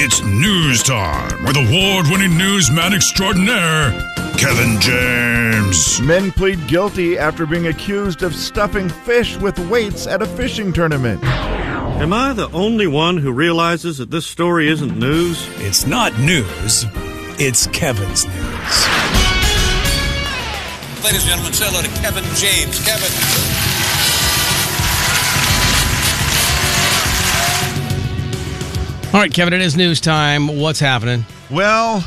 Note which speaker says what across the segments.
Speaker 1: It's news time with award winning newsman extraordinaire, Kevin James.
Speaker 2: Men plead guilty after being accused of stuffing fish with weights at a fishing tournament.
Speaker 3: Am I the only one who realizes that this story isn't news?
Speaker 4: It's not news, it's Kevin's news.
Speaker 5: Ladies and gentlemen, say hello to Kevin James. Kevin.
Speaker 6: All right, Kevin, it is news time. What's happening?
Speaker 2: Well,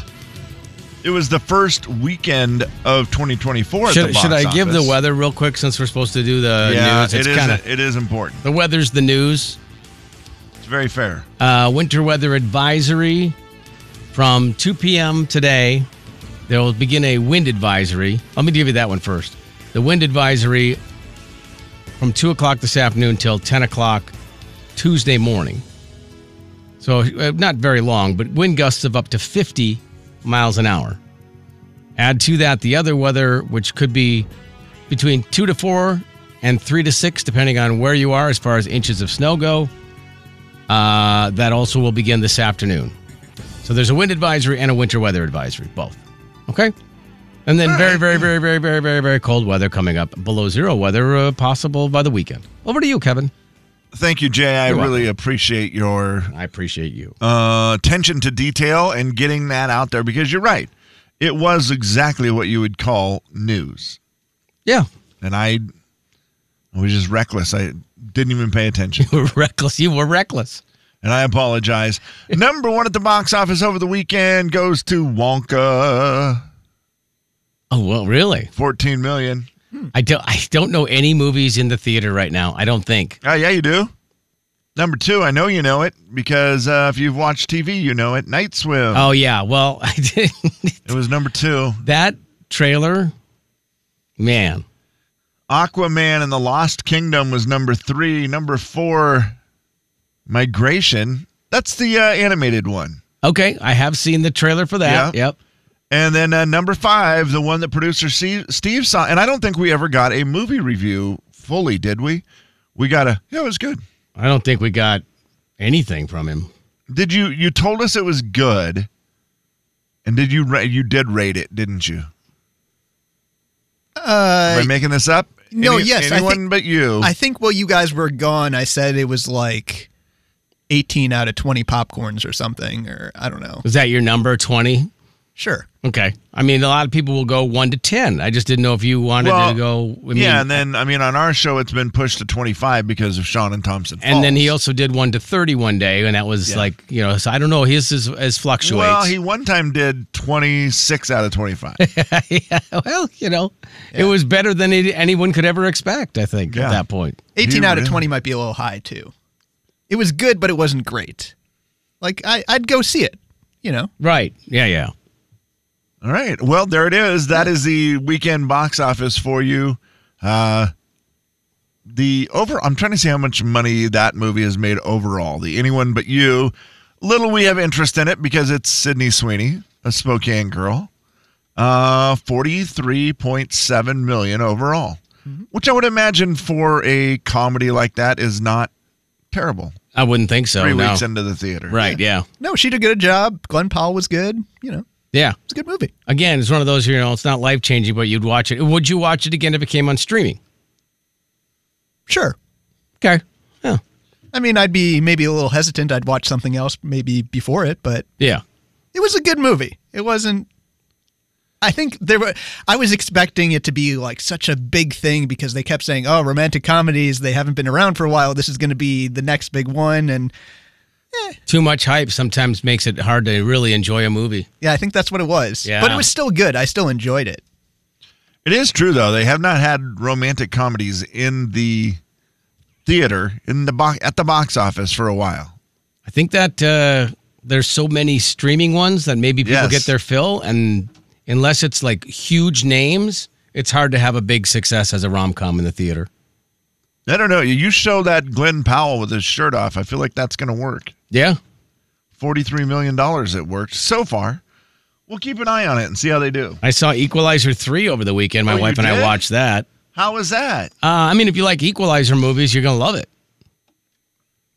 Speaker 2: it was the first weekend of 2024. at the
Speaker 6: Should,
Speaker 2: box
Speaker 6: should I give the
Speaker 2: office.
Speaker 6: weather real quick since we're supposed to do the
Speaker 2: Yeah,
Speaker 6: news?
Speaker 2: it is.
Speaker 6: kinda-
Speaker 2: it is important.
Speaker 6: the weather's the news.
Speaker 2: It's very fair.
Speaker 6: Uh, winter weather advisory from 2 p.m. today. There will begin a wind advisory. Let me give you that one first. The wind advisory from 2 o'clock this afternoon till 10 o'clock Tuesday morning. So, uh, not very long, but wind gusts of up to 50 miles an hour. Add to that the other weather, which could be between 2 to 4 and 3 to 6, depending on where you are as far as inches of snow go. Uh, that also will begin this afternoon. So there's a wind advisory and a winter weather advisory, both. Okay? And then very, very, very, very, very, very, very cold weather coming up. Below zero weather uh, possible by the weekend. Over to you, Kevin.
Speaker 2: Thank you, Jay. I
Speaker 6: You're welcome.
Speaker 2: really appreciate your
Speaker 6: I appreciate you.
Speaker 2: uh, attention to detail and getting that out there because you're right. It was exactly what you would call news,
Speaker 6: Yeah.
Speaker 2: and I, I was just reckless. I didn't even pay attention.
Speaker 6: We're reckless. You were reckless.
Speaker 2: and I apologize. Number one at the box office over the weekend goes to Wonka,
Speaker 6: Oh, well, really?
Speaker 2: fourteen million.
Speaker 6: I don't, I don't know any movies in the theater right now. I don't think.
Speaker 2: Oh yeah, you do. Number two, I know you know it because uh, if you've watched TV, you know it. Night Swim.
Speaker 6: Oh, yeah. Well, I did.
Speaker 2: It was number two.
Speaker 6: that trailer, man.
Speaker 2: Aquaman and the Lost Kingdom was number three. Number four, Migration. That's the uh, animated one.
Speaker 6: Okay. I have seen the trailer for that.
Speaker 2: Yeah.
Speaker 6: Yep.
Speaker 2: And then uh, number five, the one that producer Steve, Steve saw. And I don't think we ever got a movie review fully, did we? We got a, yeah, it was good.
Speaker 6: I don't think we got anything from him.
Speaker 2: Did you, you told us it was good. And did you, ra- you did rate it, didn't you?
Speaker 7: Uh,
Speaker 2: Am I making this up?
Speaker 7: no,
Speaker 2: Any-
Speaker 7: yes, I
Speaker 2: Anyone
Speaker 7: think-
Speaker 2: but you.
Speaker 7: I think while you guys were gone, I said it was like 18 out of 20 popcorns or something, or I don't know.
Speaker 6: Is that your number, 20?
Speaker 7: Sure.
Speaker 6: Okay. I mean, a lot of people will go 1 to 10. I just didn't know if you wanted
Speaker 2: Well,
Speaker 6: to go. I mean,
Speaker 2: yeah, and then I mean on our show it's been pushed to 25 because of Sean and Thompson.
Speaker 6: and then he
Speaker 2: Falls.
Speaker 6: also did 1 to 30 one day, and that was like, you know, so I don't know. His is, is fluctuates.
Speaker 2: Well, he one time did 26 out of 25.
Speaker 6: Yeah, well, you know, it was better than it, anyone could ever expect, I think,
Speaker 2: Yeah.
Speaker 6: at that point.
Speaker 7: 18
Speaker 2: You
Speaker 7: out of
Speaker 2: really-
Speaker 7: 20 might be a little high, too. It was good, but it wasn't great. Like, I, I'd go see it, you know?
Speaker 6: Right. Yeah, yeah.
Speaker 2: All right. Well, there it is. That is the weekend box office for you. Uh the over I'm trying to see how much money that movie has made overall. The anyone but you. Little we have interest in it because it's Sydney Sweeney, a Spokane girl. Uh 43.7 million overall. Which I would imagine for a comedy like that is not terrible.
Speaker 6: I wouldn't think so.
Speaker 2: 3
Speaker 6: no.
Speaker 2: weeks into the theater.
Speaker 6: Right, yeah.
Speaker 7: No, she did a good job. Glenn Powell was good. You know,
Speaker 6: Yeah.
Speaker 7: it's a good movie.
Speaker 6: Again, it's one of those, you know, it's not life changing, but you'd watch it. Would you watch it again if it came on streaming?
Speaker 7: Sure.
Speaker 6: Okay. Yeah.
Speaker 7: I mean, I'd be maybe a little hesitant. I'd watch something else maybe before it, but
Speaker 6: Yeah.
Speaker 7: it was a good movie. It wasn't. I think there were. I was expecting it to be like such a big thing because they kept saying, "Oh, romantic comedies. They haven't been around for a while. This is going to be the next big one." And
Speaker 6: Too much hype sometimes makes it hard to really enjoy a movie.
Speaker 7: yeah, I think that's what it was.
Speaker 6: Yeah.
Speaker 7: But it was still good. I still enjoyed it.
Speaker 2: It is true though; they have not had romantic comedies in the theater in the box at the box office for a while.
Speaker 6: I think that uh, there's so many streaming ones that maybe people
Speaker 2: Yes.
Speaker 6: get their fill, and unless it's like huge names, it's hard to have a big success as a rom com in the theater.
Speaker 2: I don't know. You show that Glenn Powell with his shirt off. I feel like that's going to work.
Speaker 6: Yeah.
Speaker 2: Forty-three million dollars it worked so far. We'll keep an eye on it and see how they do.
Speaker 6: I saw Equalizer 3 over the weekend. My
Speaker 2: Oh, you
Speaker 6: wife and I
Speaker 2: did?
Speaker 6: watched that.
Speaker 2: How is that?
Speaker 6: Uh, I mean, if you like Equalizer movies, you're going to love it.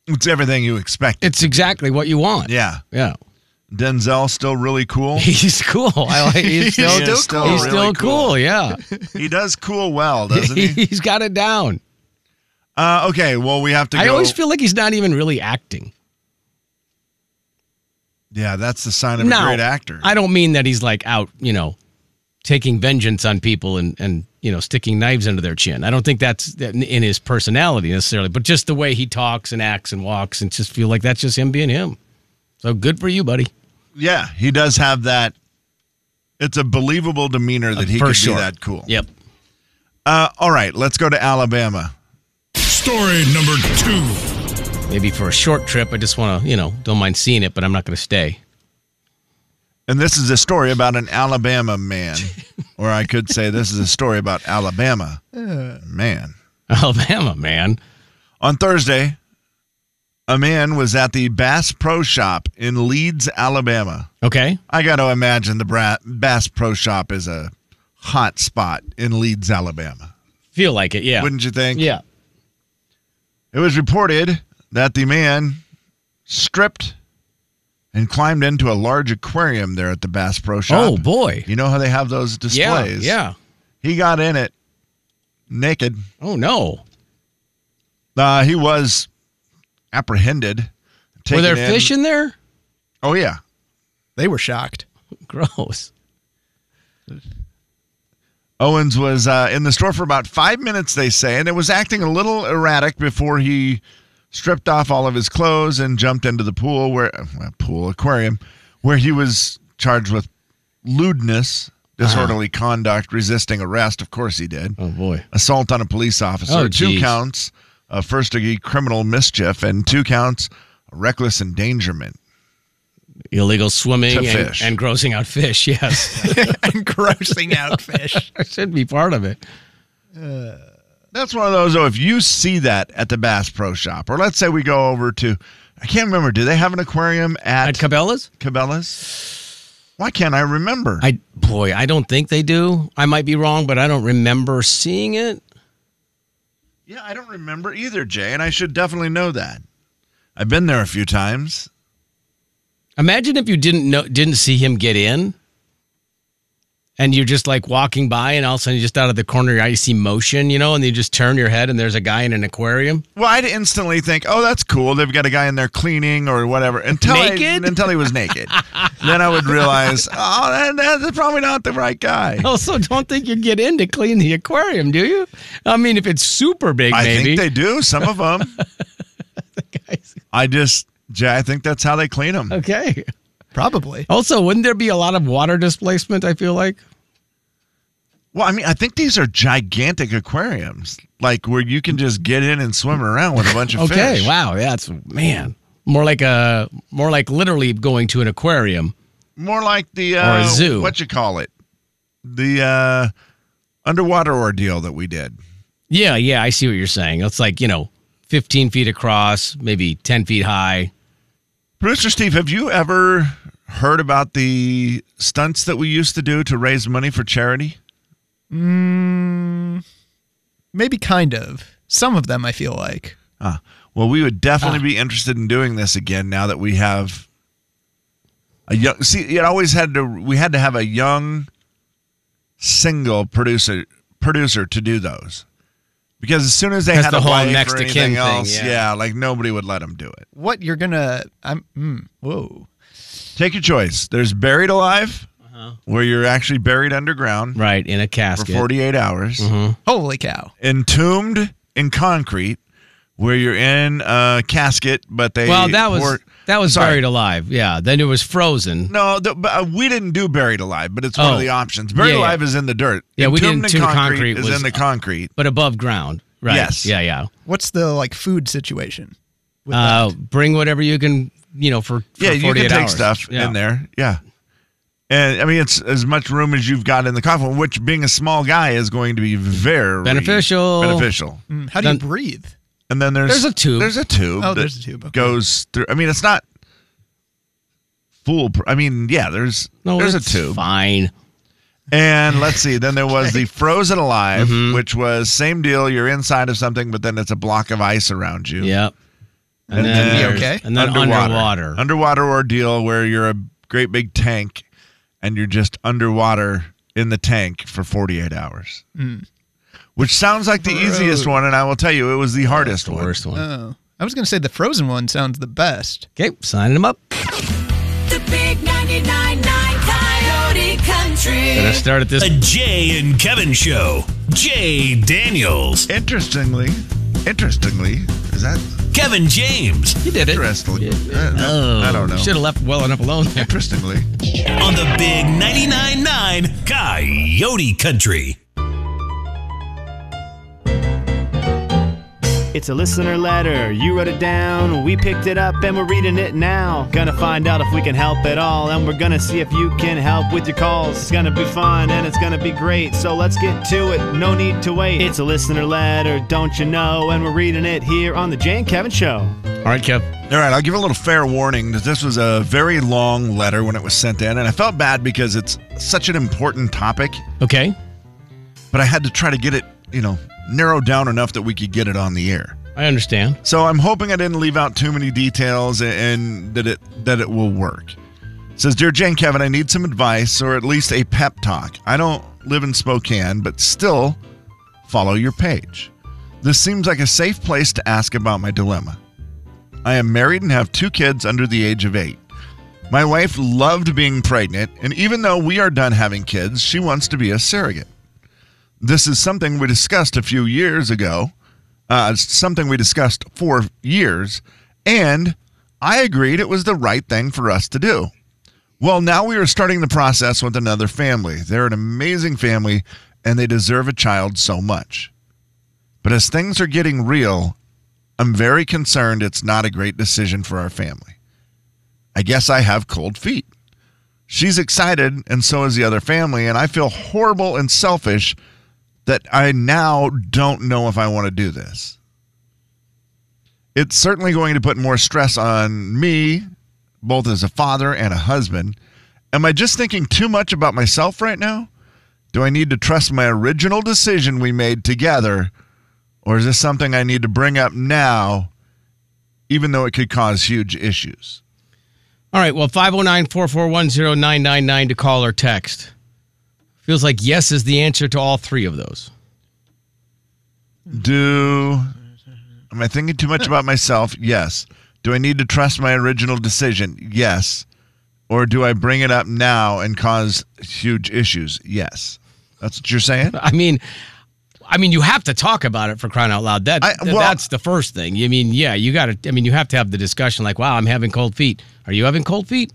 Speaker 2: It's everything you expected.
Speaker 6: It's exactly what you want.
Speaker 2: yeah.
Speaker 6: Yeah.
Speaker 2: Denzel still really cool?
Speaker 6: He's cool. I like. He's still,
Speaker 2: He is still
Speaker 6: he's
Speaker 2: really
Speaker 6: still cool. Yeah,
Speaker 2: he does cool well, doesn't he?
Speaker 6: he's got it down.
Speaker 2: Uh, okay, well we have to.
Speaker 6: I
Speaker 2: go-
Speaker 6: always feel like he's not even really acting.
Speaker 2: Yeah, that's the sign of a great actor.
Speaker 6: I don't mean that he's like out, you know, taking vengeance on people and and you know sticking knives under their chin. I don't think that's in in his personality necessarily, but just the way he talks and acts and walks, and just feel like that's just him being him. So good for you, buddy.
Speaker 2: yeah, he does have that. It's a believable demeanor that he
Speaker 6: Uh, for
Speaker 2: could
Speaker 6: sure.
Speaker 2: be that cool.
Speaker 6: Yep.
Speaker 2: Uh, all right, let's go to Alabama.
Speaker 1: Story number two.
Speaker 6: Maybe for a short trip, I just want to, you know, don't mind seeing it, but I'm not going to stay.
Speaker 2: And this is a story about an Alabama man. or I could say this is a story about Alabama man.
Speaker 6: Alabama, man.
Speaker 2: On Thursday, a man was at the Bass Pro Shop in Leeds, Alabama.
Speaker 6: Okay.
Speaker 2: I got to imagine the Bra- Bass Pro Shop is a hot spot in Leeds, Alabama.
Speaker 6: Feel like it. Yeah.
Speaker 2: Wouldn't you think?
Speaker 6: yeah.
Speaker 2: It was reported that the man stripped and climbed into a large aquarium there at the Bass Pro Shop.
Speaker 6: Oh, boy.
Speaker 2: You know how they have those displays?
Speaker 6: Yeah. Yeah.
Speaker 2: He got in it naked.
Speaker 6: Oh, no.
Speaker 2: Uh, he was apprehended.
Speaker 6: Were there
Speaker 2: taken in-
Speaker 6: fish in there?
Speaker 2: Oh yeah.
Speaker 7: They were shocked.
Speaker 6: Gross.
Speaker 2: Owens was uh, in the store for about five minutes, they say, and it was acting a little erratic before he stripped off all of his clothes and jumped into the pool where uh, pool aquarium, where he was charged with lewdness, disorderly conduct, resisting arrest. Of course, he did.
Speaker 6: Uh-huh. Oh, boy.
Speaker 2: assault on a police officer,
Speaker 6: Oh,
Speaker 2: two
Speaker 6: geez.
Speaker 2: counts of first degree criminal mischief, and two counts of reckless endangerment.
Speaker 6: Illegal swimming
Speaker 2: To
Speaker 6: and,
Speaker 2: fish.
Speaker 6: and grossing out fish. Yes.
Speaker 7: and grossing out fish.
Speaker 6: I should be part of it.
Speaker 2: That's one of those, though, if you see that at the Bass Pro Shop, or let's say we go over to, I can't remember, do they have an aquarium
Speaker 6: At
Speaker 2: at,
Speaker 6: Cabela's?
Speaker 2: Cabela's? Why can't I remember?
Speaker 6: I boy, I don't think they do. I might be wrong, but I don't remember seeing it.
Speaker 2: yeah, I don't remember either, Jay, and I should definitely know that. I've been there a few times.
Speaker 6: Imagine if you didn't know didn't see him get in. And you're just like walking by and all of a sudden you just out of the corner of your eye you see motion, you know, and you just turn your head and there's a guy in an aquarium.
Speaker 2: Well, I'd instantly think, oh, that's cool. They've got a guy in there cleaning or whatever. Until I-
Speaker 6: Naked?
Speaker 2: until he was naked. then I would realize, oh, that, that's probably not the right guy.
Speaker 6: Also, don't think you get in to clean the aquarium, do you? I mean, if it's super big,
Speaker 2: I
Speaker 6: maybe.
Speaker 2: think they do, some of them. I just, Jay, I think that's how they clean them.
Speaker 6: okay.
Speaker 7: Probably.
Speaker 6: Also, wouldn't there be a lot of water displacement? I feel like.
Speaker 2: Well, I mean, I think these are gigantic aquariums, like where you can just get in and swim around with a bunch of
Speaker 6: Okay.
Speaker 2: fish.
Speaker 6: Wow. That's man. More like a more like literally going to an aquarium.
Speaker 2: More like the
Speaker 6: Or
Speaker 2: uh,
Speaker 6: a zoo.
Speaker 2: What you call it? The uh, underwater ordeal that we did.
Speaker 6: Yeah. Yeah. I see what you're saying. It's like you know, 15 feet across, maybe 10 feet high.
Speaker 2: Producer Steve, have you ever heard about the stunts that we used to do to raise money for charity?
Speaker 7: Maybe kind of. Some of them I feel like.
Speaker 2: Ah, well, we would
Speaker 6: Ah.
Speaker 2: definitely be interested in doing this again now that we have a young. See, it always had to. We had to have a young, single producer producer to do those, because as soon as they
Speaker 6: That's
Speaker 2: had
Speaker 6: the
Speaker 2: a
Speaker 6: whole
Speaker 2: wife
Speaker 6: next
Speaker 2: or
Speaker 6: to kin
Speaker 2: anything
Speaker 6: thing,
Speaker 2: else,
Speaker 6: yeah.
Speaker 2: yeah, like nobody would let them do it.
Speaker 7: What you're gonna I'm mm, whoa.
Speaker 2: Take your choice. There's buried alive, where you're actually buried underground
Speaker 6: Uh-huh. Right Mm-hmm. in a
Speaker 2: for
Speaker 6: casket.
Speaker 2: 48 hours.
Speaker 7: Holy cow.
Speaker 2: entombed in concrete where you're in a casket, but they
Speaker 6: well, that was
Speaker 2: pour-
Speaker 6: that was
Speaker 2: Sorry.
Speaker 6: buried alive. Yeah. Then it was frozen.
Speaker 2: no. The, but, uh, we didn't do buried alive, but it's one
Speaker 6: Oh.
Speaker 2: of the options. Buried
Speaker 6: Yeah, yeah.
Speaker 2: alive is in the dirt.
Speaker 6: Yeah, we didn't
Speaker 2: entombed in
Speaker 6: entomb
Speaker 2: concrete,
Speaker 6: concrete
Speaker 2: is
Speaker 6: was- uh,
Speaker 2: in the concrete.
Speaker 6: But above ground. Right.
Speaker 2: Yes.
Speaker 6: Yeah. Yeah.
Speaker 7: What's the like food situation? With
Speaker 6: Uh,
Speaker 7: that?
Speaker 6: bring whatever you can. You know, for, for
Speaker 2: yeah, you can
Speaker 6: 48
Speaker 2: take
Speaker 6: hours.
Speaker 2: stuff
Speaker 6: Yeah.
Speaker 2: in there. Yeah. And I mean, it's as much room as you've got in the coffin, which being a small guy is going to be very
Speaker 6: Beneficial.
Speaker 2: Beneficial.
Speaker 7: Mm, How do you
Speaker 6: then-
Speaker 7: breathe?
Speaker 2: And then there's
Speaker 6: There's a tube.
Speaker 2: There's a tube.
Speaker 7: Oh,
Speaker 2: that
Speaker 7: there's a tube, okay.
Speaker 2: Goes through. I mean, it's not full. I mean, yeah. There's
Speaker 6: No,
Speaker 2: there's a
Speaker 6: it's
Speaker 2: tube.
Speaker 6: Fine.
Speaker 2: And let's see. Then there was the frozen alive, which was same deal. You're inside of something, but then it's a block of ice around you.
Speaker 6: Yep.
Speaker 2: And then-
Speaker 6: there's-
Speaker 7: okay.
Speaker 6: And then underwater.
Speaker 2: Underwater ordeal where you're a great big tank and you're just underwater in the tank for 48 hours. Which sounds like the easiest one, and I will tell you, it was the hardest
Speaker 6: the
Speaker 2: one.
Speaker 6: worst one.
Speaker 7: Oh, I was going to say the frozen one sounds the best.
Speaker 6: Okay, signing him up.
Speaker 8: The big 99.9 Coyote
Speaker 6: Gonna
Speaker 8: Country.
Speaker 6: start at this.
Speaker 4: The Jay and Kevin Show. Jay Daniels.
Speaker 2: Interestingly, interestingly, is that
Speaker 4: Kevin James.
Speaker 6: You did it.
Speaker 2: interestingly? I, don't know. I don't know.
Speaker 6: Should have left well enough alone there.
Speaker 2: Interestingly,
Speaker 4: On the big 99.9 9 Coyote Country.
Speaker 9: It's a listener letter. You wrote it down. We picked it up and we're reading it now. Gonna find out if we can help at all. And we're gonna see if you can help with your calls. It's gonna be fun and it's gonna be great. So let's get to it. No need to wait. It's a listener letter, don't you know? And we're reading it here on The Jane Kevin Show.
Speaker 6: All right, Kev.
Speaker 2: all right. I'll give a little fair warning that this was a very long letter when it was sent in, and I felt bad because it's such an important topic,
Speaker 6: Okay.
Speaker 2: but I had to try to get it, you know, narrowed down enough that we could get it on the air.
Speaker 6: I understand.
Speaker 2: So I'm hoping I didn't leave out too many details a- and that it that it will work. It says, "Dear Jen Kevin, I need some advice or at least a pep talk. I don't live in Spokane, but still follow your page. This seems like a safe place to ask about my dilemma. I am married and have two kids under the age of 8. My wife loved being pregnant, and even though we are done having kids, she wants to be a surrogate. This is something we discussed a few years ago." uh, it's something we discussed for years, and I agreed it was the right thing for us to do. Well, now we are starting the process with another family. They're an amazing family, and they deserve a child so much. But as things are getting real, I'm very concerned it's not a great decision for our family. I guess I have cold feet. She's excited, and so is the other family, and I feel horrible and selfish that I now don't know if I want to do this. It's certainly going to put more stress on me, both as a father and a husband. Am I just thinking too much about myself right now? Do I need to trust my original decision we made together? Or is this something I need to bring up now, even though it could cause huge issues?
Speaker 6: All right. Well, 509 441 999 to call or text. Feels like yes is the answer to all three of those.
Speaker 2: Do am I thinking too much about myself? Yes. Do I need to trust my original decision? Yes. Or do I bring it up now and cause huge issues? Yes. That's what you're saying?
Speaker 6: I mean, I mean, you have to talk about it for crying out loud. That
Speaker 2: I- well-
Speaker 6: that's the first thing. I mean, yeah, you got to. I mean, you have to have the discussion. Like, wow, I'm having cold feet. Are you having cold feet?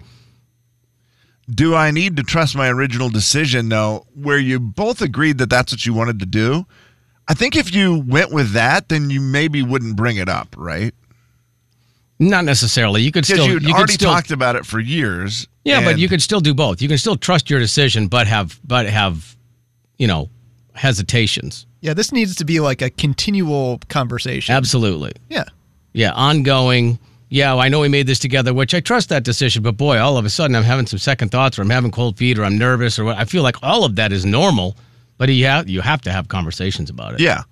Speaker 2: Do I need to trust my original decision though, where you both agreed that that's what you wanted to do? I think if you went with that, then you maybe wouldn't bring it up, right?
Speaker 6: Not necessarily. You could
Speaker 2: Because
Speaker 6: still.
Speaker 2: you'd
Speaker 6: you could
Speaker 2: already
Speaker 6: still.
Speaker 2: talked about it for years.
Speaker 6: yeah, but
Speaker 2: and-
Speaker 6: you could still do both. You can still trust your decision, but have but have, you know, hesitations.
Speaker 7: Yeah, this needs to be like a continual conversation.
Speaker 6: Absolutely.
Speaker 7: yeah.
Speaker 6: Yeah, ongoing. Yeah, well, I know we made this together, which I trust that decision, but boy, all of a sudden I'm having some second thoughts or I'm having cold feet or I'm nervous or what. I feel like all of that is normal, but you have, you have to have conversations about it.
Speaker 2: Yeah.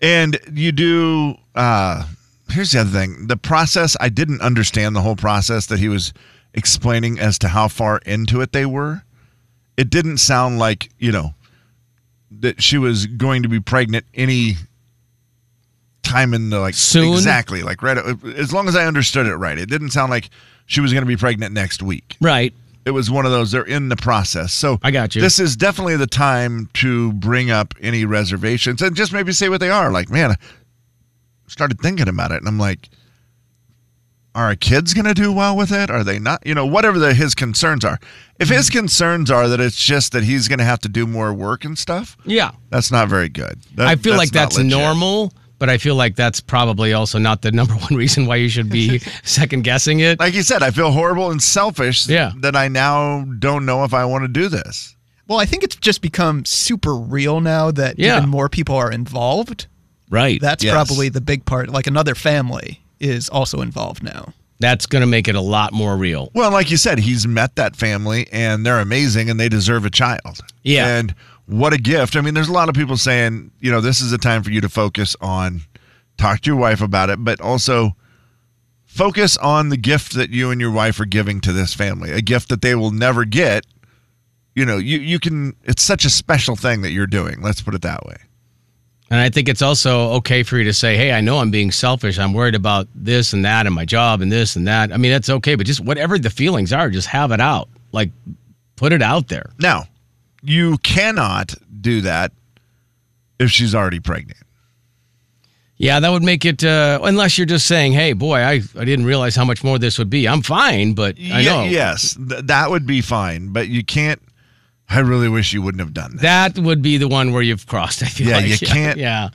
Speaker 2: And you do uh here's the other thing. The process I didn't understand the whole process that he was explaining as to how far into it they were. It didn't sound like, you know, that she was going to be pregnant any time in the like
Speaker 6: Soon?
Speaker 2: exactly like right uh, as long as I understood it right. It didn't sound like she was going to be pregnant next week
Speaker 6: Right.
Speaker 2: it was one of those they're in the process so
Speaker 6: I got you.
Speaker 2: this is definitely the time to bring up any reservations and just maybe say what they are like man I started thinking about it and i'm like are our kids going to do well with it are they not you know whatever the, his concerns are if his
Speaker 6: Mm-hmm.
Speaker 2: concerns are that it's just that he's going to have to do more work and stuff
Speaker 6: Yeah.
Speaker 2: that's not very good That-
Speaker 6: I feel like
Speaker 2: not
Speaker 6: that's
Speaker 2: legit.
Speaker 6: normal, but I feel like that's probably also not the number one reason why you should be second guessing it.
Speaker 2: like you said i feel horrible and selfish
Speaker 6: Yeah.
Speaker 2: that i now don't know if i want to do this
Speaker 7: Well, I think it's just become super real now that
Speaker 6: Yeah.
Speaker 7: even more people are involved.
Speaker 6: Right.
Speaker 7: That's
Speaker 2: Yes.
Speaker 7: probably the big part. Like another family is also involved now.
Speaker 6: That's going to make it a lot more real.
Speaker 2: Well, like you said, he's met that family and they're amazing and they deserve a child.
Speaker 6: Yeah.
Speaker 2: And what a gift. I mean, there's a lot of people saying, you know, this is a time for you to focus on talk to your wife about it, but also Focus on the gift that you and your wife are giving to this family, a gift that they will never get. You know, you, you can, it's such a special thing that you're doing. Let's put it that way.
Speaker 6: And I think it's also okay for you to say, hey, I know I'm being selfish. I'm worried about this and that and my job and this and that. I mean, that's okay, but just whatever the feelings are, just have it out. Like, put it out there.
Speaker 2: Now, you cannot do that if she's already pregnant.
Speaker 6: Yeah, that would make it, uh, unless you're just saying, hey, boy, I, I didn't realize how much more this would be. I'm fine, but I
Speaker 2: Ye-
Speaker 6: know.
Speaker 2: yes, th- that would be fine, but you can't. I really wish you wouldn't have done that.
Speaker 6: That would be the one where you've crossed, I feel
Speaker 2: Yeah,
Speaker 6: like.
Speaker 2: you can't-
Speaker 6: Yeah.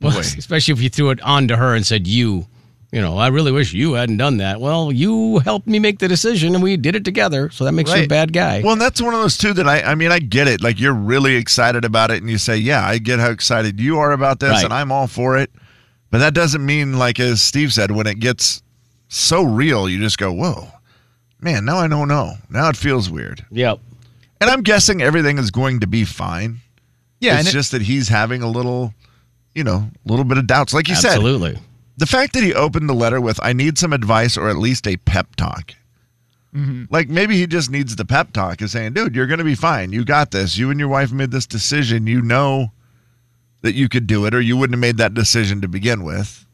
Speaker 6: Well,
Speaker 2: Boy.
Speaker 6: especially if you threw it onto her and said, you, you know, I really wish you hadn't done that. Well, you helped me make the decision and we did it together. So that makes you a
Speaker 2: Right.
Speaker 6: bad guy.
Speaker 2: Well, and that's one of those two that I. I mean, I get it. Like you're really excited about it, and you say, "Yeah, I get how excited you are about this,
Speaker 6: Right.
Speaker 2: and I'm all for it." But that doesn't mean, like as Steve said, when it gets so real, you just go, "Whoa, man!" Now I don't know. Now it feels weird.
Speaker 6: yep.
Speaker 2: And I'm guessing everything is going to be fine.
Speaker 7: Yeah,
Speaker 2: it's
Speaker 7: and it-
Speaker 2: just that he's having a little, you know, a little bit of doubts. Like you said,
Speaker 6: Absolutely.
Speaker 2: the fact that he opened the letter with i need some advice or at least a pep talk like maybe he just needs the pep talk of saying dude you're gonna be fine you got this you and your wife made this decision you know that you could do it or you wouldn't have made that decision to begin with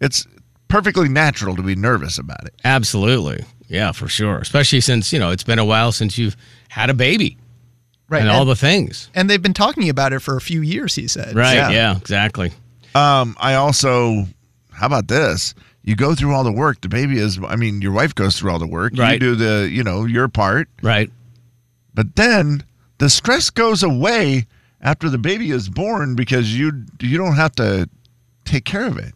Speaker 2: it's perfectly natural to be nervous about it
Speaker 6: Absolutely. Yeah, for sure. Especially since, you know, it's been a while since you've had a baby
Speaker 7: right.
Speaker 6: and
Speaker 7: And,
Speaker 6: all the things.
Speaker 7: and they've been talking about it for a few years, he said.
Speaker 6: Right.
Speaker 2: Yeah.
Speaker 6: Yeah, exactly.
Speaker 2: um i also how about this you go through all the work the baby is i mean your wife goes through all the work you
Speaker 6: Right.
Speaker 2: do the you know your part
Speaker 6: Right.
Speaker 2: But then the stress goes away after the baby is born because you you don't have to take care of it.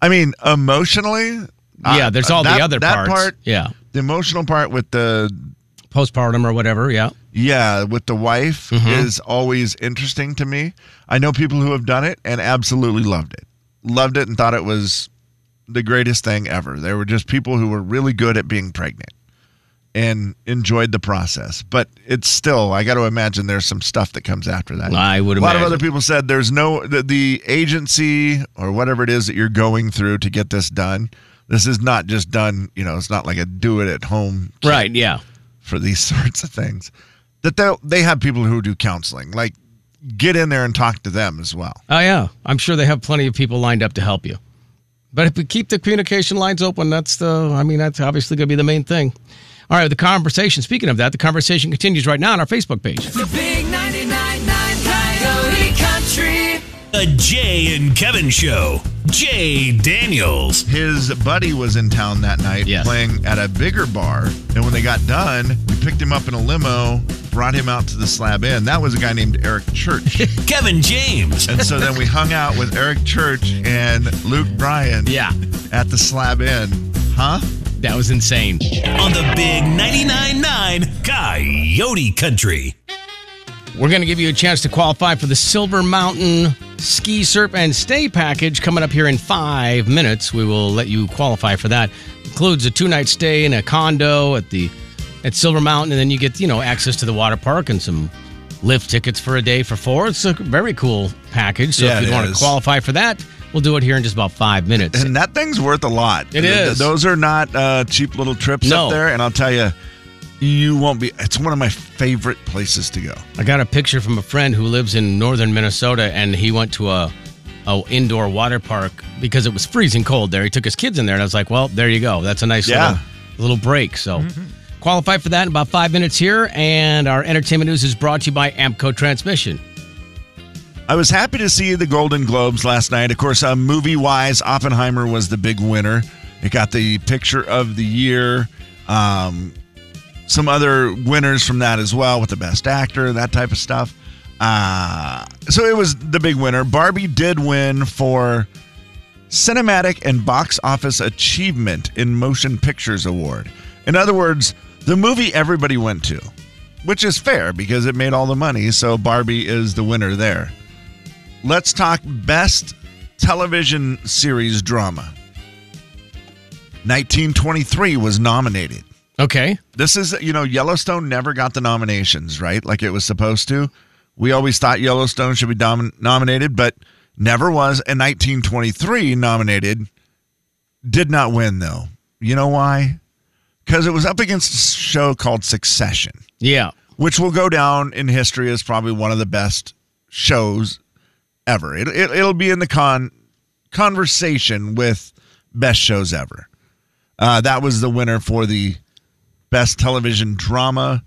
Speaker 2: I mean, emotionally.
Speaker 6: yeah,
Speaker 2: I-
Speaker 6: there's all
Speaker 2: Uh, that-
Speaker 6: the other
Speaker 2: that
Speaker 6: parts.
Speaker 2: part.
Speaker 6: Yeah.
Speaker 2: The emotional part with the
Speaker 6: Postpartum or whatever. Yeah.
Speaker 2: yeah with the wife
Speaker 6: Mm-hmm.
Speaker 2: is always interesting to me. I know people who have done it and absolutely loved it, loved it and thought it was the greatest thing ever. There were just people who were really good at being pregnant and enjoyed the process. But it's still, I got to imagine there's some stuff that comes after that.
Speaker 6: I would
Speaker 2: A lot of
Speaker 6: imagine.
Speaker 2: other people said there's no, the, the agency or whatever it is that you're going through to get this done. This is not just done, you know, it's not like a do it at home
Speaker 6: Right. Yeah.
Speaker 2: for these sorts of things. That they they have people who do counseling. Like get in there and talk to them as well.
Speaker 6: Oh, yeah. I'm sure they have plenty of people lined up to help you. But if we keep the communication lines open, that's the, I mean, that's obviously going to be the main thing. All right. The conversation, speaking of that, the conversation continues right now on our Facebook page.
Speaker 8: The big 999 Coyote Country.
Speaker 4: The Jay and Kevin Show. Jay Daniels.
Speaker 2: His buddy was in town that night
Speaker 6: Yes.
Speaker 2: playing at a bigger bar. And when they got done, we picked him up in a limo, brought him out to the slab inn. That was a guy named Eric Church.
Speaker 4: Kevin James.
Speaker 2: and so then we hung out with Eric Church and Luke Bryan
Speaker 6: Yeah.
Speaker 2: at the slab inn. Huh?
Speaker 6: That was insane.
Speaker 4: On the big 99.9 Coyote Country.
Speaker 6: We're going to give you a chance to qualify for the Silver Mountain Ski, Surf, and Stay package coming up here in five minutes. We will let you qualify for that. Includes a two-night stay in a condo at the at Silver Mountain, and then you get you know access to the water park and some lift tickets for a day for four. It's a very cool package. So
Speaker 2: Yeah,
Speaker 6: if
Speaker 2: it
Speaker 6: you want to
Speaker 2: is.
Speaker 6: qualify for that, we'll do it here in just about five minutes.
Speaker 2: And that thing's worth a lot.
Speaker 6: It is.
Speaker 2: Those are not uh, cheap little trips
Speaker 6: No.
Speaker 2: up there. And I'll tell you, you won't be. It's one of my favorite places to go.
Speaker 6: I got a picture from a friend who lives in northern Minnesota, and he went to a, a indoor water park because it was freezing cold there. He took his kids in there, and I was like, "Well, there you go. That's a nice
Speaker 2: Yeah. Mm-hmm.
Speaker 6: little, little break." So, qualify for that in about five minutes here. And our entertainment news is brought to you by Amco Transmission.
Speaker 2: I was happy to see the Golden Globes last night. Of course, uh, movie wise, Oppenheimer was the big winner. It got the picture of the year. Um, some other winners from that as well, with the best actor, that type of stuff. Uh, so it was the big winner. Barbie did win for Cinematic and Box Office Achievement in Motion Pictures Award. In other words, the movie everybody went to, which is fair because it made all the money. So Barbie is the winner there let's talk best television series drama. 1923 was nominated.
Speaker 6: Okay,
Speaker 2: This is, you know, Yellowstone never got the nominations, right? Like it was supposed to. We always thought Yellowstone should be dom- nominated, but never was. And 1923 nominated Did not win, though. You know why? Because it was up against a show called Succession,
Speaker 6: Yeah.
Speaker 2: which will go down in history as probably one of the best shows ever. It, it, it'll be in the con conversation with best shows ever. Uh, that was the winner for the best television drama.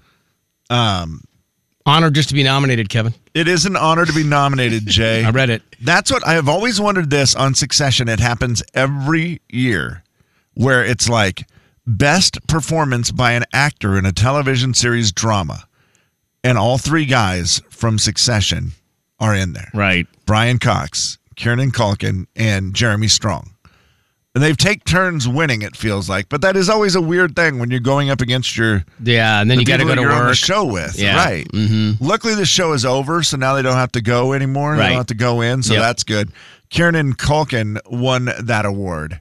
Speaker 6: Honored just to be nominated, Kevin.
Speaker 2: It is an honor to be nominated, Jay.
Speaker 6: I read it.
Speaker 2: That's what I have always wondered this on Succession. It happens every year where it's like best performance by an actor in a television series drama. And all three guys from Succession are in there.
Speaker 6: Right.
Speaker 2: Brian Cox, Kieran Culkin, and Jeremy Strong. And they've take turns winning, it feels like. But that is always a weird thing when you're going up against your
Speaker 6: Yeah, and then you got to go
Speaker 2: people
Speaker 6: to
Speaker 2: you're on the
Speaker 6: work.
Speaker 2: show with,
Speaker 6: Yeah. Mm-hmm.
Speaker 2: right? Luckily, the show is over, so now they don't have to go anymore. They
Speaker 6: Right.
Speaker 2: don't have to go in, so
Speaker 6: Yep.
Speaker 2: that's good. Kieran Culkin won that award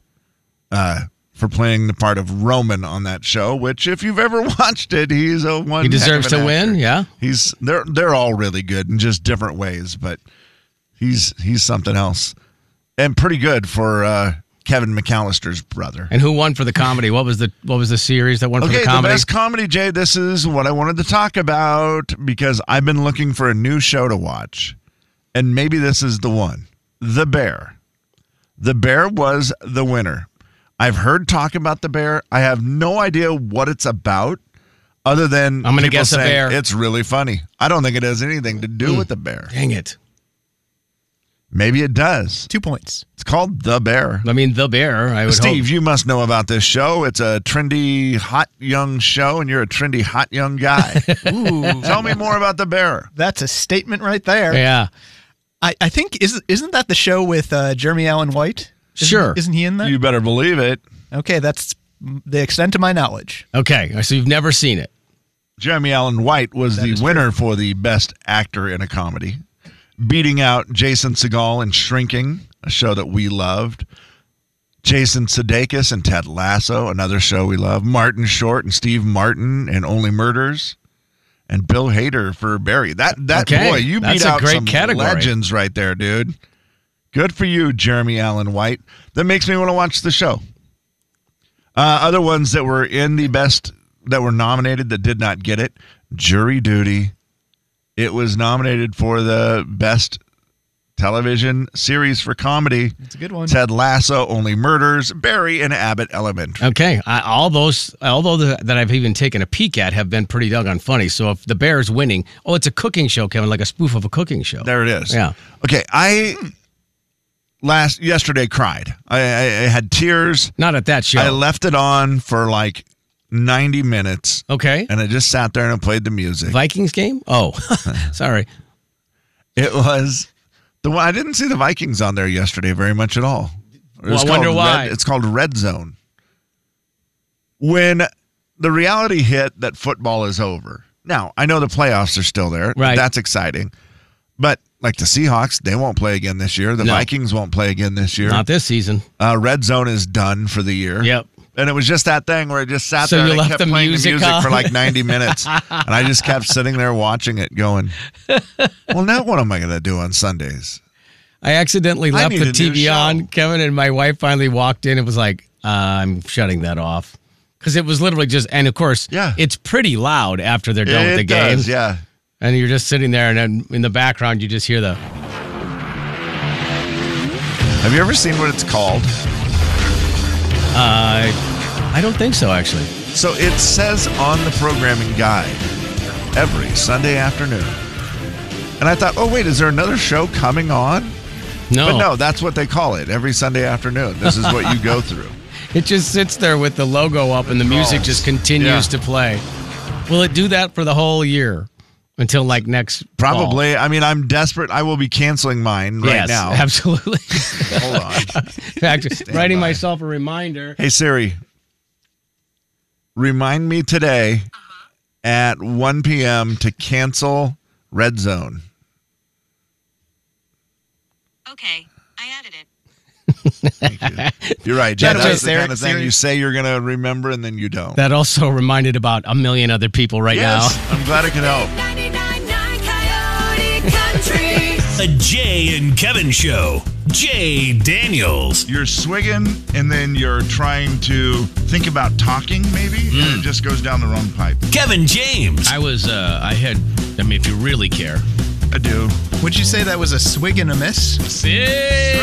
Speaker 2: uh, for playing the part of Roman on that show. Which, if you've ever watched it, he's a one. heck
Speaker 6: He
Speaker 2: of
Speaker 6: deserves
Speaker 2: an
Speaker 6: to
Speaker 2: actor.
Speaker 6: win. Yeah.
Speaker 2: He's they're they're all really good in just different ways, but he's he's something else and pretty good for uh, Kevin McAllister's brother.
Speaker 6: And who won for the comedy? What was the What was the series that won for
Speaker 2: Okay,
Speaker 6: the
Speaker 2: the,
Speaker 6: comedy?
Speaker 2: best comedy, Jay. This is what I wanted to talk about because I've been looking for a new show to watch, and maybe this is the one. The Bear. The Bear was the winner. I've heard talk about The Bear. I have no idea what it's about, other than
Speaker 6: I'm gonna
Speaker 2: people
Speaker 6: guess a
Speaker 2: saying,
Speaker 6: bear. Hmm.
Speaker 2: It's really funny. I don't think it has anything to do with the bear.
Speaker 6: Dang it!
Speaker 2: Maybe it does.
Speaker 7: Two points.
Speaker 2: It's called The Bear.
Speaker 6: I mean, the bear. I would
Speaker 2: Steve,
Speaker 6: hope.
Speaker 2: you must know about this show. It's a trendy, hot young show, and you're a trendy, hot young guy.
Speaker 7: Ooh,
Speaker 2: Tell me more about the bear.
Speaker 7: that's a statement right there.
Speaker 6: Yeah.
Speaker 7: I, I think is isn't that the show with uh, Jeremy Allen White? Isn't-
Speaker 6: Sure.
Speaker 7: Isn't he in that?
Speaker 2: You better believe it.
Speaker 7: okay, that's the extent of my knowledge.
Speaker 6: Okay. So you've never seen it.
Speaker 2: Jeremy Allen White was the winner for the best actor in a comedy, beating out Jason Segal in Shrinking, a show that we loved. Jason Sudeikis and Ted Lasso, another show we love. Martin Short and Steve Martin in Only Murders, and Bill Hader for Barry. That that
Speaker 6: Okay,
Speaker 2: boy, you
Speaker 6: that's
Speaker 2: beat
Speaker 6: a
Speaker 2: out
Speaker 6: great
Speaker 2: some
Speaker 6: category.
Speaker 2: legends right there, dude. Good for you, Jeremy Allen White. That makes me want to watch the show. Uh, other ones that were in the best that were nominated that did not get it Jury Duty. It was nominated for the best television series for comedy.
Speaker 7: It's a good one.
Speaker 2: Ted Lasso, Only Murders, Barry, and Abbott Elementary.
Speaker 6: Okay. I, all those, although the, that I've even taken a peek at, have been pretty doggone funny. So if the bear's winning, oh, it's a cooking show, Kevin, like a spoof of a cooking show.
Speaker 2: There it is.
Speaker 6: Yeah.
Speaker 2: Okay. I last yesterday cried. I, I, I had tears.
Speaker 6: Not at that show.
Speaker 2: I left it on for like ninety minutes,
Speaker 6: okay.
Speaker 2: and I just sat there and I played the music.
Speaker 6: Vikings game? Oh, sorry.
Speaker 2: It was the one I didn't see the Vikings on there yesterday very much at all. It
Speaker 6: Well,
Speaker 2: was
Speaker 6: I wonder
Speaker 2: called
Speaker 6: why.
Speaker 2: Red- it's called Red Zone. When the reality hit that football is over. Now I know the playoffs are still there.
Speaker 6: Right.
Speaker 2: that's exciting. But like the Seahawks, they won't play again this year. The
Speaker 6: No.
Speaker 2: Vikings won't play again this year.
Speaker 6: Not this season.
Speaker 2: uh, Red Zone is done for the year.
Speaker 6: Yep.
Speaker 2: And it was just that thing where I just sat
Speaker 6: So
Speaker 2: there
Speaker 6: you
Speaker 2: and it
Speaker 6: left
Speaker 2: kept
Speaker 6: the
Speaker 2: playing
Speaker 6: music
Speaker 2: the music
Speaker 6: on?
Speaker 2: for like 90 minutes. and I just kept sitting there watching it going, well, now what am I going to do on Sundays?
Speaker 6: I accidentally
Speaker 2: I
Speaker 6: left
Speaker 2: need
Speaker 6: the
Speaker 2: a new
Speaker 6: TV
Speaker 2: show.
Speaker 6: on, Kevin, and my wife finally walked in and was like, uh, I'm shutting that off. Because it was literally just, and of course,
Speaker 2: Yeah.
Speaker 6: it's pretty loud after they're done with the
Speaker 2: it does,
Speaker 6: game.
Speaker 2: yeah.
Speaker 6: And you're just sitting there, and then in the background, you just hear the,
Speaker 2: Have you ever seen what it's called?
Speaker 6: I don't think so, actually.
Speaker 2: So it says on the programming guide every Sunday afternoon. And I thought, oh, wait, is there another show coming on?
Speaker 6: No.
Speaker 2: But no, that's what they call it every Sunday afternoon. This is what you go through.
Speaker 6: It just sits there with the logo up and the music just continues
Speaker 2: Oh. Yeah.
Speaker 6: to play. Will it do that for the whole year until like next fall?
Speaker 2: Probably. I mean, I'm desperate. I will be canceling mine right
Speaker 6: yes,
Speaker 2: now.
Speaker 6: Absolutely.
Speaker 2: Hold on.
Speaker 6: In fact, writing
Speaker 2: by.
Speaker 6: myself a reminder.
Speaker 2: Hey Siri, remind me today at 1 p.m. to cancel Red Zone.
Speaker 10: Okay, I added it.
Speaker 2: You're right, Jay.
Speaker 6: That
Speaker 2: That's
Speaker 6: was
Speaker 2: the kind of thing
Speaker 6: Siri- Siri.
Speaker 2: you say you're going to remember and then you don't.
Speaker 6: That also reminded about a million other people right
Speaker 2: yes, I'm glad it can help.
Speaker 8: 99.9 Coyote Country.
Speaker 4: The Jay and Kevin Show. Jay Daniels.
Speaker 2: You're swigging and then you're trying to think about talking, maybe,
Speaker 6: Hmm.
Speaker 2: and it just goes down the wrong pipe.
Speaker 4: Kevin James.
Speaker 11: I was, uh, I had, I mean, if you really care.
Speaker 2: I do.
Speaker 7: Would you say that was a swig and a miss?
Speaker 11: Hey!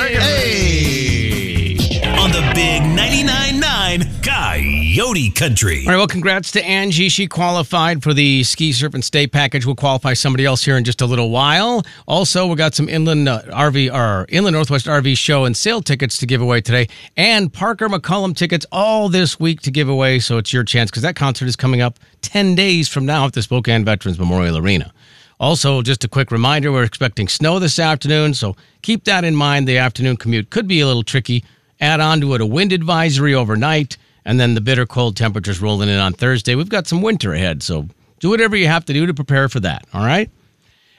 Speaker 4: on the big 99.9 9 Coyote Country.
Speaker 6: All right, well, congrats to Angie. She qualified for the Ski Serpent Stay Package. We'll qualify somebody else here in just a little while. Also, we got some inland uh, RV or Inland Northwest RV show and sale tickets to give away today, and Parker McCollum tickets all this week to give away. So it's your chance because that concert is coming up ten days from now at the Spokane Veterans Memorial Arena. Also, just a quick reminder: we're expecting snow this afternoon, so keep that in mind. The afternoon commute could be a little tricky. Add on to it a wind advisory overnight and then the bitter cold temperatures rolling in on Thursday. We've got some winter ahead, so do whatever you have to do to prepare for that. All right.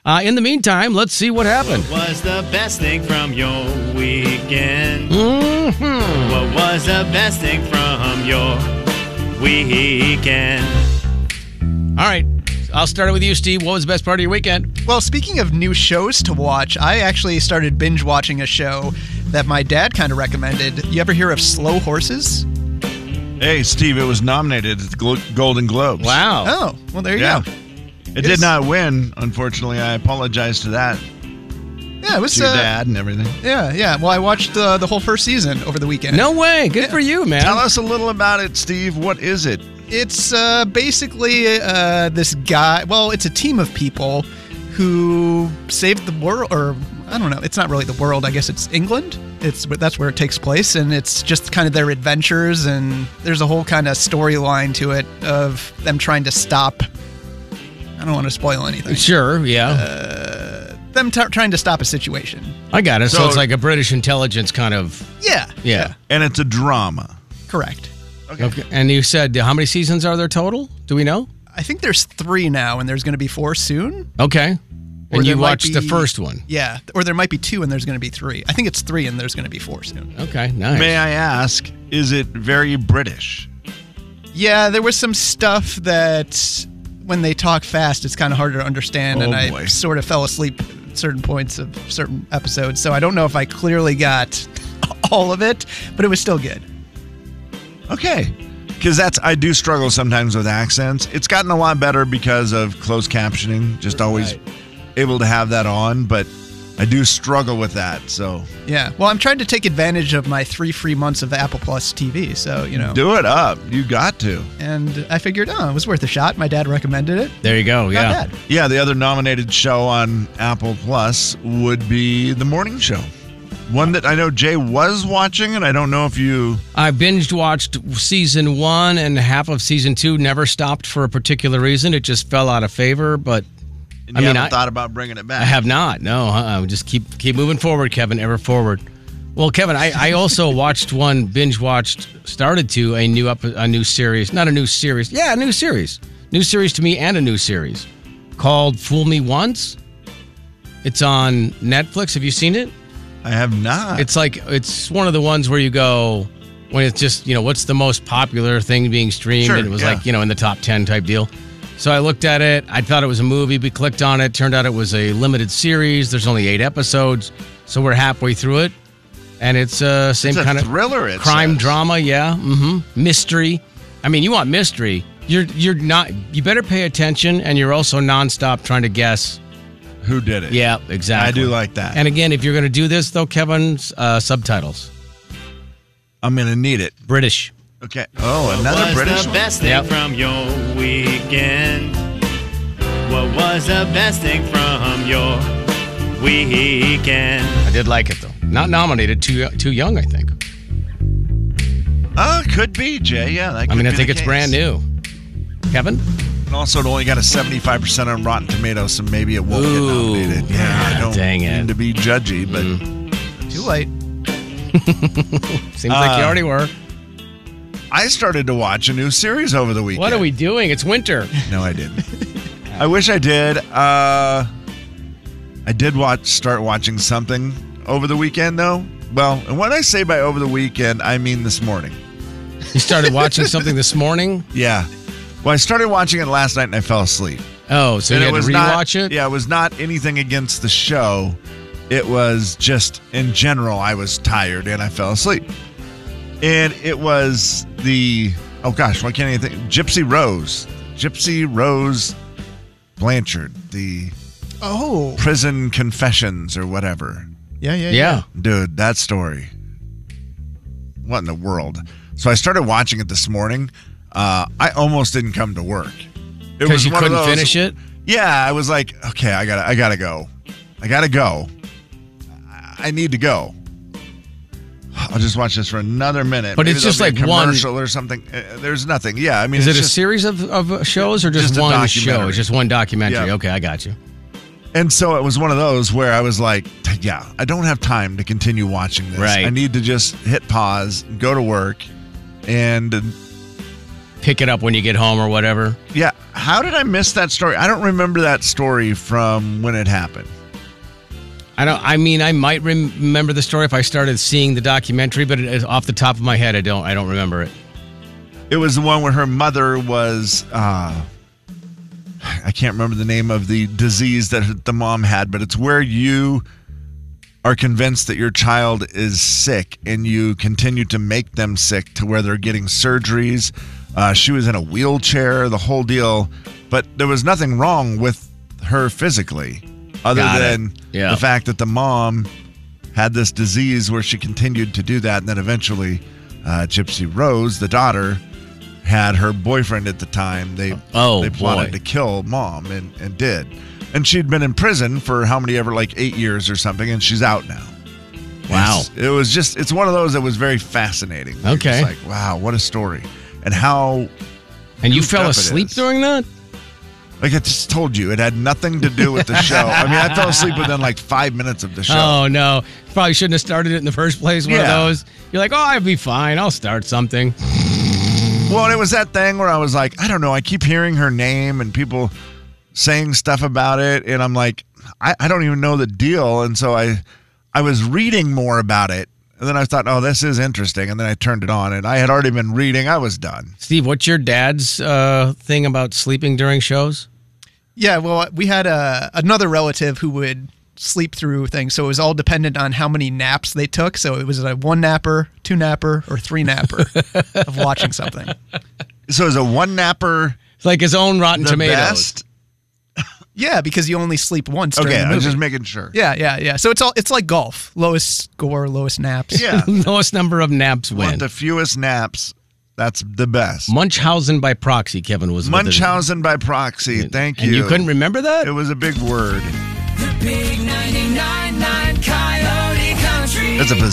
Speaker 6: Uh, in the meantime, let's see what happened.
Speaker 9: was the best thing from your weekend? What was the best thing from your weekend?
Speaker 6: All right, I'll start it with you, Steve. What was the best part of your weekend?
Speaker 7: Well, speaking of new shows to watch, I actually started binge watching a show that my dad kind of recommended. You ever hear of Slow Horses?
Speaker 2: Hey, Steve, it was nominated at the Glo- Golden Globes.
Speaker 6: Wow.
Speaker 7: Oh, well, there you
Speaker 2: Yeah.
Speaker 7: go.
Speaker 2: It did not win, unfortunately. I apologize to that,
Speaker 7: Yeah, it was.
Speaker 2: to your
Speaker 7: uh,
Speaker 2: dad and everything.
Speaker 7: Yeah, yeah. Well, I watched uh, the whole first season over the weekend.
Speaker 6: No way. Good for you, man.
Speaker 2: Tell us a little about it, Steve. What is it?
Speaker 7: It's uh, basically uh, this guy. Well, it's a team of people who saved the world, or I don't know. It's not really the world. I guess it's England. It's that's where it takes place, and it's just kind of their adventures. And there's a whole kind of storyline to it of them trying to stop. I don't want to spoil anything.
Speaker 6: Sure, yeah.
Speaker 7: Them t- trying to stop a situation.
Speaker 6: I got it. So,
Speaker 2: so-
Speaker 6: it's like a British intelligence kind of.
Speaker 7: Yeah.
Speaker 6: Yeah.
Speaker 2: And it's a drama.
Speaker 7: Correct.
Speaker 6: Okay. And you said how many seasons are there total? Do we know?
Speaker 7: I think there's three now, and there's going to be four soon.
Speaker 6: Okay.
Speaker 7: Or
Speaker 6: And
Speaker 7: there
Speaker 6: you
Speaker 7: might
Speaker 6: watched the
Speaker 7: be-
Speaker 6: first one.
Speaker 7: Yeah, or there might be two and there's going to be three. I think it's three and there's going to be four soon.
Speaker 6: Okay, nice.
Speaker 2: May I ask, is it very British?
Speaker 7: Yeah, there was some stuff that when they talk fast, it's kind of harder to understand, and
Speaker 2: Oh,
Speaker 7: I
Speaker 2: boy.
Speaker 7: sort of fell asleep at certain points of certain episodes. So I don't know if I clearly got all of it, but it was still good.
Speaker 2: Okay. Because that's, I do struggle sometimes with accents. It's gotten a lot better because of closed captioning, just always able to have that on, but I do struggle with that. So
Speaker 7: Yeah. Well, I'm trying to take advantage of my three free months of Apple Plus TV, so you know.
Speaker 2: do it up. You got to.
Speaker 7: And I figured, oh, it was worth a shot. My dad recommended it.
Speaker 6: there you go.
Speaker 7: Not
Speaker 6: Yeah.
Speaker 7: bad.
Speaker 2: Yeah, the other nominated show on Apple Plus would be The Morning Show. One that I know Jay was watching, and I don't know if you.
Speaker 6: I binged watched season one and half of season two. Never stopped for a particular reason. It just fell out of favor. But
Speaker 2: and
Speaker 6: I
Speaker 2: you
Speaker 6: mean,
Speaker 2: haven't
Speaker 6: I-
Speaker 2: thought about bringing it back.
Speaker 6: I have not. No, uh-uh. just keep keep moving forward, Kevin. Ever forward. Well, Kevin, I, I also watched one binge watched started to a new up a new series, not a new series. Yeah, a new series, new series to me, and a new series called "Fool Me Once." It's on Netflix. Have you seen it?
Speaker 2: I have not.
Speaker 6: It's like it's one of the ones where you go when it's just you know what's the most popular thing being streamed.
Speaker 2: Sure,
Speaker 6: and it was
Speaker 2: yeah.
Speaker 6: like you know in the top ten type deal. So I looked at it. I thought it was a movie. We clicked on it. Turned out it was a limited series. There's only eight episodes, so we're halfway through it, and it's uh, same
Speaker 2: It's a
Speaker 6: kind of
Speaker 2: thriller, it
Speaker 6: crime
Speaker 2: says.
Speaker 6: drama. Yeah, mm-hmm. mystery. I mean, you want mystery. You're you're not. You better pay attention, and you're also nonstop trying to guess.
Speaker 2: Who did it?
Speaker 6: Yeah, exactly.
Speaker 2: I do like that.
Speaker 6: And again, if you're going to do this though, Kevin, uh, subtitles.
Speaker 2: I'm going to need it.
Speaker 6: British.
Speaker 2: Okay. Oh, another
Speaker 9: was
Speaker 2: British
Speaker 9: the
Speaker 2: one.
Speaker 9: best thing
Speaker 6: Yep.
Speaker 9: from your weekend? What was the best thing from your weekend?
Speaker 6: I did like it though. Not nominated. Too too young, I think.
Speaker 2: Oh, could be, Jay. Yeah. That
Speaker 6: I
Speaker 2: could
Speaker 6: mean, I
Speaker 2: be
Speaker 6: think
Speaker 2: the
Speaker 6: it's
Speaker 2: case.
Speaker 6: brand new. Kevin,
Speaker 2: And also, it only got a 75% on Rotten Tomatoes, so maybe it won't
Speaker 6: Ooh,
Speaker 2: get nominated. Yeah, I
Speaker 6: ah,
Speaker 2: don't
Speaker 6: dang it. Mm.
Speaker 2: mean to be judgy, but
Speaker 7: Too late.
Speaker 6: seems like you
Speaker 2: Uh,
Speaker 6: already were.
Speaker 2: I started to watch a new series over the weekend.
Speaker 6: What are we doing? It's winter.
Speaker 2: No, I didn't. I wish I did. Uh, I did watch, start watching something over the weekend, though. Well, and when I say by over the weekend, I mean this morning.
Speaker 6: You started watching something this morning.
Speaker 2: Yeah. Well, I started watching it last night and I fell asleep.
Speaker 6: Oh, so
Speaker 2: and
Speaker 6: you had to
Speaker 2: not,
Speaker 6: rewatch it.
Speaker 2: Yeah, it was not anything against the show. It was just in general, I was tired and I fell asleep. And it was the oh gosh, why can't I think? Gypsy Rose, Gypsy Rose Blanchard, the
Speaker 7: Oh.
Speaker 2: prison confessions or whatever.
Speaker 7: Yeah, yeah, yeah.
Speaker 2: Dude, that story. What in the world? So I started watching it this morning. Uh, I almost didn't come to work. It
Speaker 6: Because you
Speaker 2: one of
Speaker 6: couldn't
Speaker 2: those-
Speaker 6: finish it?
Speaker 2: Yeah, I was like, okay, I gotta, I gotta go. I gotta go. I- I need to go. I'll just watch this for another minute.
Speaker 6: But
Speaker 2: Maybe
Speaker 6: it's just
Speaker 2: there'll be a
Speaker 6: like one-
Speaker 2: commercial or something. Uh, There's nothing. Yeah, I mean,
Speaker 6: Is it
Speaker 2: it's
Speaker 6: a
Speaker 2: just,
Speaker 6: series of, of uh, shows or just,
Speaker 2: Just a
Speaker 6: one show?
Speaker 2: documentary.
Speaker 6: It's just one documentary.
Speaker 2: Yeah.
Speaker 6: Okay, I got you.
Speaker 2: And so it was one of those where I was like, yeah, I don't have time to continue watching this.
Speaker 6: Right.
Speaker 2: I need to just hit pause, go to work, and
Speaker 6: Pick it up when you get home or whatever.
Speaker 2: yeah. How did I miss that story? I don't remember that story from when it happened.
Speaker 6: I don't. I mean, I might rem- remember the story if I started seeing the documentary, but it, is- off the top of my head, I don't. I don't remember it.
Speaker 2: It was the one where her mother was, uh, I can't remember the name of the disease that the mom had, but it's where you are convinced that your child is sick and you continue to make them sick to where they're getting surgeries. Uh, she was in a wheelchair, the whole deal, but there was nothing wrong with her physically other
Speaker 6: Got it.
Speaker 2: than
Speaker 6: Yeah.
Speaker 2: the fact that the mom had this disease where she continued to do that. And then eventually, uh, Gypsy Rose, the daughter, had her boyfriend at the time. They
Speaker 6: Oh,
Speaker 2: they plotted
Speaker 6: boy.
Speaker 2: to kill mom and, and did. And she'd been in prison for how many ever, like eight years or something, and she's out now.
Speaker 6: Wow.
Speaker 2: It's- it was just, it's one of those that was very fascinating. You're just
Speaker 6: Okay.
Speaker 2: like, wow, what a story. And how,
Speaker 6: And you
Speaker 2: Goofed
Speaker 6: fell
Speaker 2: up it
Speaker 6: asleep
Speaker 2: is.
Speaker 6: during that?
Speaker 2: like I just told you, it had nothing to do with the show. I mean, I fell asleep within like five minutes of the show.
Speaker 6: Oh no! Probably shouldn't have started it in the first place. One
Speaker 2: Yeah.
Speaker 6: of those. You're like, oh, I'll be fine. I'll start something.
Speaker 2: Well, and it was that thing where I was like, I don't know. I keep hearing her name and people saying stuff about it, and I'm like, I, I don't even know the deal. And so I, I was reading more about it, and then I thought, oh, this is interesting. And then I turned it on, and I had already been reading. I was done.
Speaker 6: Steve, what's your dad's uh, thing about sleeping during shows?
Speaker 7: Yeah, well, we had a, another relative who would sleep through things, so it was all dependent on how many naps they took. So it was a one napper, two napper, or three napper of watching something.
Speaker 2: So as a one napper,
Speaker 6: It's like his own Rotten
Speaker 2: the
Speaker 6: Tomatoes.
Speaker 2: best.
Speaker 7: Yeah, because you only sleep once. During
Speaker 2: Okay,
Speaker 7: the
Speaker 2: I
Speaker 7: movie.
Speaker 2: was just making sure.
Speaker 7: yeah, yeah, yeah. So it's all it's like golf: lowest score, lowest naps.
Speaker 2: Yeah,
Speaker 6: Lowest number of naps win.
Speaker 2: want the fewest naps. That's the best.
Speaker 6: Munchausen by proxy. Kevin was with it.
Speaker 2: Munchausen by proxy. Thank
Speaker 6: And
Speaker 2: you.
Speaker 6: you couldn't remember that?
Speaker 2: It was a big word.
Speaker 8: The big 99.9 Coyote Country.
Speaker 2: That's a bizarre.